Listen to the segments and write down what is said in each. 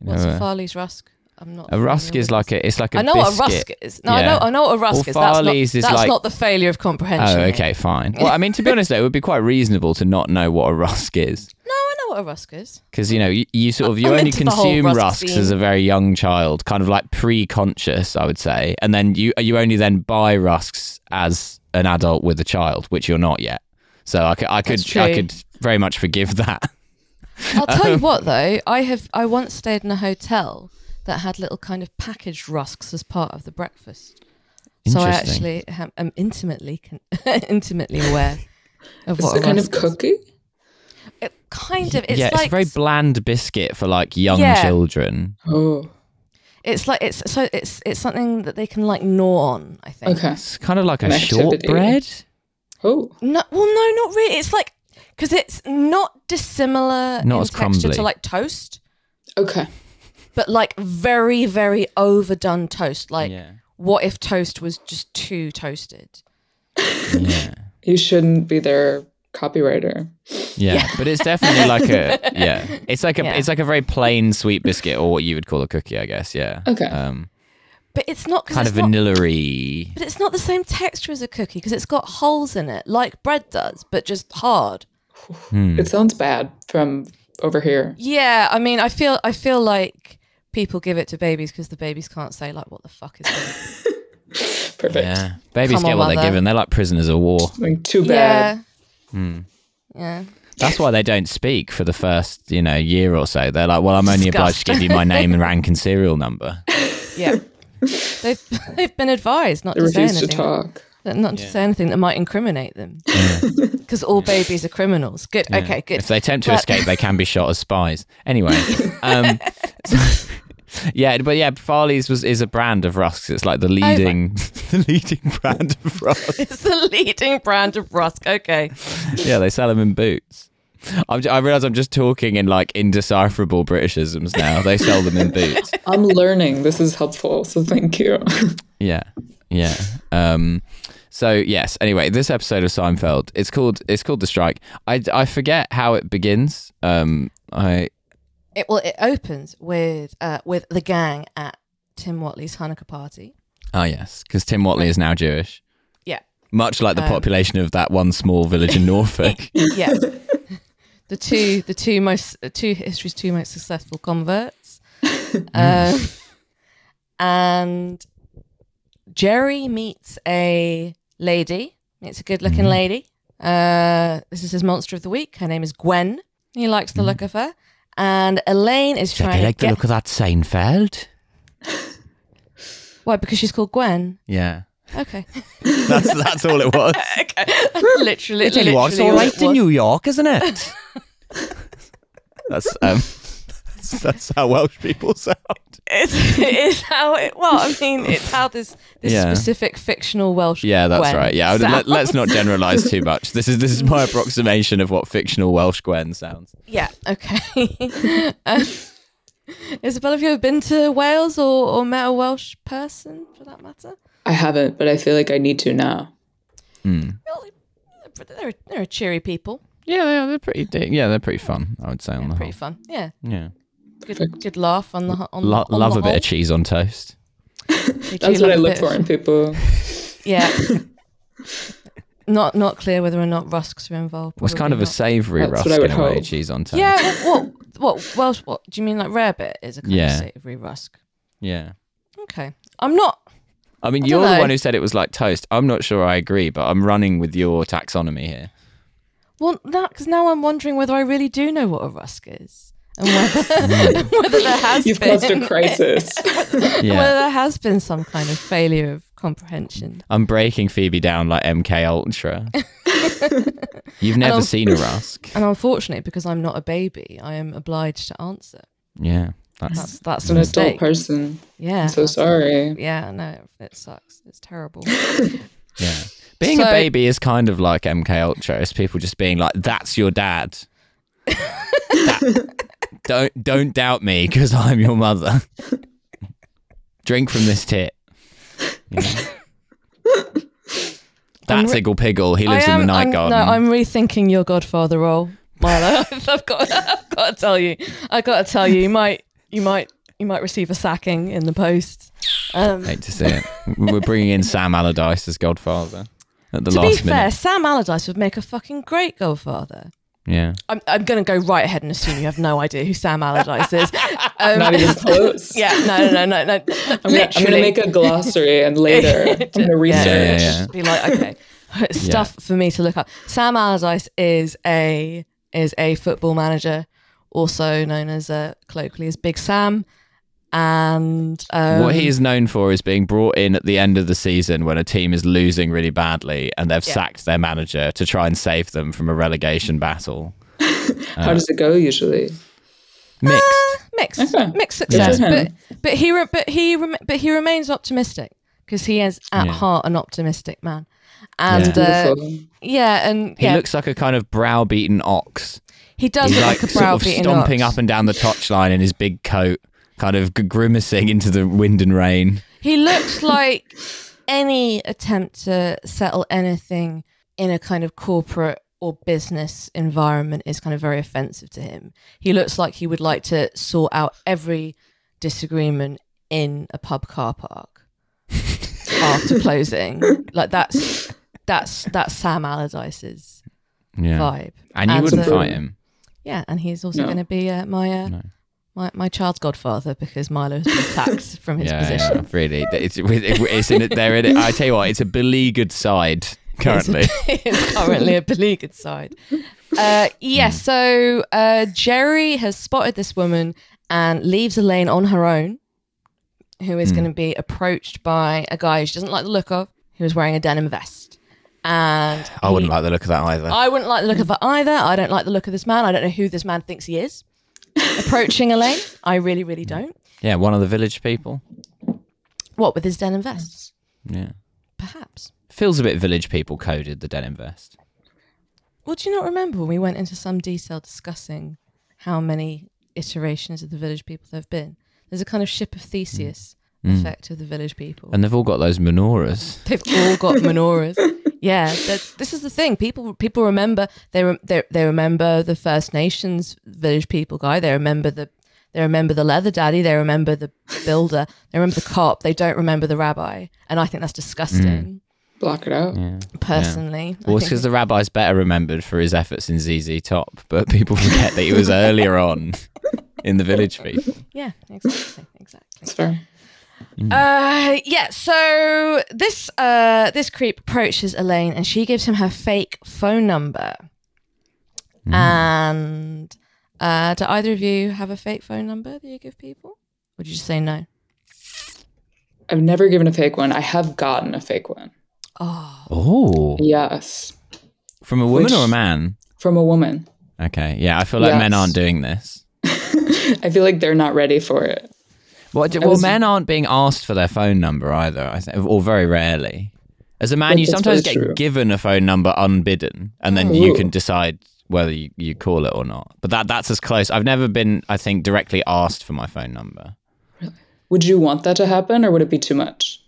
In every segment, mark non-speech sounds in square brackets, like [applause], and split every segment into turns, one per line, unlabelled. You know,
What's a
uh,
Farley's rusk? I'm not.
a rusk is like a it's like a
I know
biscuit.
what a rusk is. No, I
Yeah.
know. I know what a rusk is. That's not,
Farley's is
that's
like-
not the failure of
Oh,
comprehension. here.
okay,
[laughs]
fine. Well, I mean, to be honest, though, it would be quite reasonable to not know what a rusk is,
No, I know what a rusk is.
because you know, you, you sort of you
I'm
only
into the whole
consume
rusk
rusks
scene.
as a very young child, kind of like pre-conscious, I would say, and then you you only then buy rusks as an adult with a child, which you're not yet. So I could I could
That's
I
true.
could very much forgive [laughs] that.
I'll
[laughs]
tell
Um,
you what though. I have. I once stayed in a hotel that had little kind of packaged rusks as part of the breakfast. So I
Interesting.
actually am, am intimately con- [laughs] intimately aware of
It's
what
a
a
kind
rusk
of
is.
cookie.
It kind of. It's
yeah,
like
it's a very bland biscuit for like young
Yeah.
children.
Oh,
It's like it's so it's it's something that they can like gnaw on. I think.
okay.
It's kind of like a
Activity.
shortbread.
Oh,
No, well, no, not really. It's like because it's not dissimilar
Not
in
as
texture
crumbly.
to like toast,
okay.
but like very, very overdone toast. Like, what if toast was just too toasted?
yeah.
You shouldn't be their copywriter.
Yeah, but it's definitely like a
[laughs]
yeah. It's like a
Yeah.
it's like a very plain sweet biscuit or what you would call a cookie, I guess. Yeah.
Okay.
Um,
But it's not 'cause
kind of
it's not,
vanilla-y.
But it's not the same texture as a cookie because it's got holes in it, like bread does, but just hard.
Hmm.
It sounds bad from over here.
Yeah, I mean, I feel I feel like people give it to babies because the babies can't say like, "What the fuck is this?"
Perfect.
Yeah. Babies
Come
get
on,
what they're
mother.
given. They're like prisoners of war.
Like too bad.
yeah, yeah.
That's why they don't speak for the first you know year or so. They're like, well, I'm only obliged to give you my name and rank and serial number.
Yeah. they've [laughs] they've been advised not
They
to say
refuse to
anything.
talk.
that- Not to say anything that might incriminate them. Because all babies are criminals. Good. [laughs] Okay, good.
If they attempt to
But-
escape, they can be shot as spies.
[laughs]
Anyway, um, [laughs] yeah, but yeah, Farley's was is a brand of rusks. It's like the
right.
leading, [laughs] the leading brand of rusks.
[laughs] It's the leading brand of Rusk. Okay.
yeah, they sell them in boots. I'm j- I realize I'm just talking in like indecipherable Britishisms now. They sell them in boots.
[laughs]
I'm learning. This is helpful. So thank you.
Yeah, yeah. Um, so yes. Anyway, this episode of Seinfeld, it's called it's called the strike. I, I forget how it begins. Um, I
It well, it opens with uh, with the gang at Tim Watley's Hanukkah party.
oh yes, because Tim Watley is now Jewish,
Yeah.
much like the
Um,
population of that one small village
[laughs]
in Norfolk.
Yeah. [laughs] the two the two most uh, two history's two most successful converts. Um, and Jerry meets a lady. It's a good looking lady. Uh, this is his monster of the week. Her name is Gwen. He likes the look of her. And Elaine is trying to get
of that Seinfeld.
why because she's called Gwen.
Yeah,
Okay,
that's that's all it
[laughs]
was.
okay, literally, literally what it was.
York, isn't
[laughs]
it? that's um, that's, that's how Welsh people sound.
It's, [laughs] it's how it. Well, I mean, it's how this this
Yeah.
specific fictional Welsh.
Yeah, that's
Gwen
right. Yeah, I would-
sounds.
let, us not generalise too much. This is this is my approximation of what fictional Welsh Gwen sounds.
[laughs] Yeah. Okay. [laughs] um, Isabel, have you ever been to Wales or, or met a Welsh person for that matter?
I haven't, but I feel like I need to now.
Well, they're they're a cheery people.
Yeah, they are, they're pretty. They, yeah, they're pretty fun. I would say on the
Pretty fun. Yeah.
whole. Yeah,
Good good laugh on the ho- on,
Lo-
on
love
the
a bit
whole.
of cheese on toast.
They do
That's what
love
I
a
look
bit
for
of- [laughs]
in people.
Yeah. [laughs] not not clear whether or not rusks are involved.
Well, it's kind
probably
of a
not.
savoury
That's
rusk
what I
in
would
a way.
hope.
Cheese on toast.
Yeah, well, what, what Welsh? What do you mean? Like rarebit is a kind
Yeah.
of savoury rusk.
yeah.
Okay, I'm not.
I mean,
I
you're
don't
the
know.
one who said it was like toast. I'm not sure I agree, but I'm running with your taxonomy here.
Well, that because now I'm wondering whether I really do know what a rusk is, and
[laughs]
whether, [laughs] whether there has
You've
been
caused a
[laughs]
crisis.
whether there has been some kind of failure of comprehension.
I'm breaking Phoebe down like MK
[laughs]
Ultra. You've never
I'm-
seen a rusk.
And unfortunately, because I'm not a baby, I am obliged to answer.
Yeah, that's
That's that's
As
a
an adult
mistake.
person,
Yeah.
I'm
[laughs]
so sorry.
Yeah, no, it sucks. It's terrible.
yeah. Being a
So-
baby is kind of like MK Ultra. It's people just being like, "That's your dad." That- don't don't doubt me because I'm your mother. Drink from this tit. You
[laughs]
know? That's Iggle Piggle. He lives
I am,
in the night
I'm,
garden.
No, I'm rethinking [laughs] your Godfather role, Milo. I've got, I've got to tell you, I've got to tell you, my you might you might receive a sacking in the post. Um,
Hate to see it. We're bringing in Sam Allardyce as Godfather at the
to be
last
fair,
minute.
Sam Allardyce would make a fucking great Godfather.
Yeah.
I'm, I'm going to go right ahead and assume you have no idea who Sam Allardyce [laughs] is. Um,
Not even close.
yeah, no, no, no, no, no.
I'm gonna, I'm gonna make a glossary
[laughs]
and later I'm gonna research.
Yeah, yeah, yeah.
Just be like, okay, [laughs] stuff for me to look up. Sam Allardyce is a is a football manager, also known as uh, colloquially as Big Sam, and um,
what he is known for is being brought in at the end of the season when a team is losing really badly and they've
Yeah.
sacked their manager to try and save them from a relegation battle.
How does it go usually?
Mixed.
Uh, Eh, mixed
Okay.
mixed success,
for
but
him.
but he re- but he rem- but he remains optimistic because he is at
Yeah.
heart an optimistic man, and yeah, uh,
Beautiful.
yeah and
he
yeah,
looks like a kind of browbeaten ox.
he does
He's
look
like,
like, a
sort
brow
of stomping up and down the touchline in his big coat, kind of g- grimacing into the wind and rain.
He looks like any attempt to settle anything in a kind of corporate or business environment is kind of very offensive to him. He looks like he would like to sort out every disagreement in a pub car
[laughs]
park after closing. Like that's that's that's Sam Allardyce's
Yeah.
vibe.
And you
And
wouldn't
the-
fight him.
Yeah, and he's also
No.
going to be uh, my uh,
No.
my my child's godfather because Milo has been sacked from his position.
yeah, really. It's, it's in it. They're in it. I tell you what, it's a beleaguered
[laughs]
side currently.
it's [laughs] currently a beleaguered side. Uh, yeah, so uh, Jerry has spotted this woman and leaves Elaine on her own, who is going to be approached by a guy she doesn't like the look of, who is wearing a denim vest.
[sighs]
And
I wouldn't
he-
like the look of that either.
I wouldn't like the look of it either. I don't like the look of this man. I don't know who this man thinks he is. Approaching Elaine, I really, really don't.
yeah, one of the village people.
What with his denim vests?
Yeah.
Perhaps.
Feels a bit village people coded the denim vest.
Well, do you not remember when we went into some detail discussing how many iterations of the village people there have been? There's a kind of ship of Theseus effect of the village people.
Mm. And they've all got those menorahs.
They've all
[laughs]
got menorahs. Yeah, that- this is the thing. People people remember they, re- they they remember the First Nations village people guy. They remember the they remember the leather daddy. They remember the builder. They remember the cop. They don't remember the rabbi. And I think that's disgusting.
Block it out.
Mm. Yeah.
Personally, I
[laughs] Well, it's
think-
because the rabbi's better remembered for his efforts in ZZ Top, but people forget that he was earlier on in the village people.
yeah, exactly, exactly.
That's fair.
Uh, yeah. So this uh this creep approaches Elaine and she gives him her fake phone number.
Hmm.
And uh, do either of you have a fake phone number that you give people? Or do you just say no?
I've never given a fake one. I have gotten a fake one.
Oh,
Oh.
Yes.
From a woman
Which-
or a man?
From a woman.
Okay. Yeah, I feel like men
Yes.
aren't doing this.
I feel like they're not ready for it.
Well, d-
I
well
was-
men aren't being asked for their phone number either, I think, or very rarely. As a man,
That
you
is
sometimes get
very true.
given a phone number unbidden, and then you
Ooh.
can decide whether you, you call it or not. But that that's as close. I've never been, I think, directly asked for my phone number.
Would you want that to happen or would it be too much?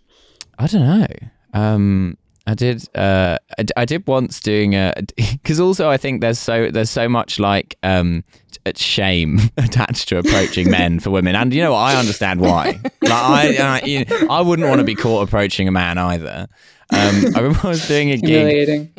I don't know. Um, I did. Uh, I, d- I did once doing a [laughs] because also I think there's so there's so much like um t- uh, shame [laughs] attached to approaching men for women, and you know what, I understand why. Like I I, you know, I wouldn't want to be caught approaching a man either. Um, I [laughs] remember I was doing a gig.
Humiliating.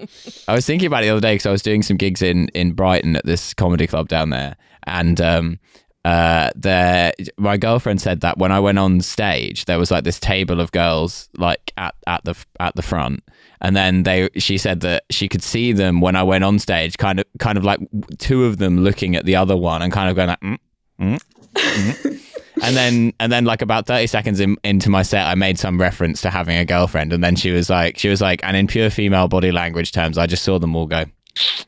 I was thinking about it the other day because I was doing some gigs in in Brighton at this comedy club down there, and um, uh, there my girlfriend said that when I went on stage, there was like this table of girls like at at the at the front, and then they she said that she could see them when I went on stage, kind of kind of like two of them looking at the other one and kind of going like. Mm, mm, mm." And then, and then, like about thirty seconds in, into my set, I made some reference to having a girlfriend, and then she was like, she was like, and in pure female body language terms, I just saw them all go, [laughs]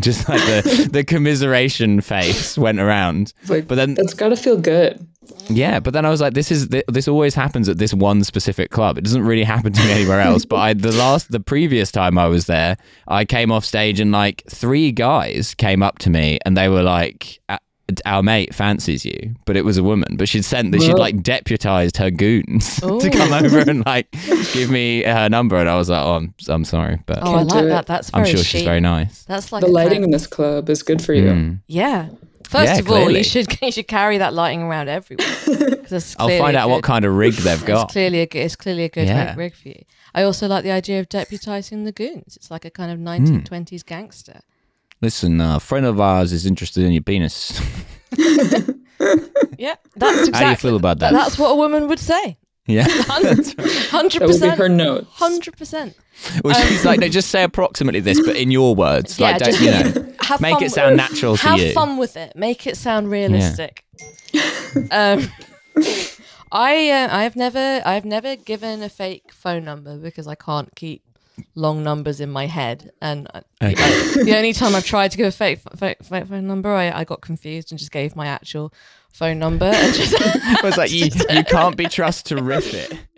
just like the the commiseration face went around.
It's like,
But then,
that's got to feel good.
yeah, but then I was like, this is th- this always happens at this one specific club. It doesn't really [laughs] happen to me anywhere else. But I, the last, the previous time I was there, I came off stage and like three guys came up to me and they were like. "Uh, Our mate fancies you, but it was a woman. But she'd sent that she'd
Whoa.
like deputized her goons [laughs]
Ooh.
to come over and like give me her number, and I was like, oh, I'm, I'm sorry, but
oh I
Can't do
like
it.
that. That's very
I'm sure she's
chic.
very nice.
That's like
The
a kind
lighting
Mm.
of-
in this club is good for you.
yeah. First
Yeah,
of all,
clearly.
you should you should carry that lighting around
[laughs]
everywhere. 'cause it's
I'll
clearly
find
a
out what
good-
kind of rig they've
[laughs] It's
got.
clearly a good, it's clearly a good
Yeah.
rig, rig for you. I also like the idea of deputizing the goons. It's like a kind of
Hmm.
1920s gangster.
Listen, uh, a friend of ours is interested in your penis.
Yeah, that's exactly.
How do you feel about that?
That's what a woman would say. [laughs]
yeah.
Hundred
That would be her
percent.
notes.
Hundred percent.
Well, she's like, no, just say approximately this, but in your words.
Um, Yeah,
like, don't,
just-
you
[laughs]
know,
Have
make
fun
it
with-
sound natural to
Have
you.
fun with it. Make it sound realistic. um,
[laughs]
I uh, I've never I've never given a fake phone number because I can't keep long numbers in my head and I-
Okay.
the only time I've tried to give a fake, fake, fake phone number, I, I got confused and just gave
[laughs]
my actual phone number. And just,
I was like, you, you can't be trust terrific.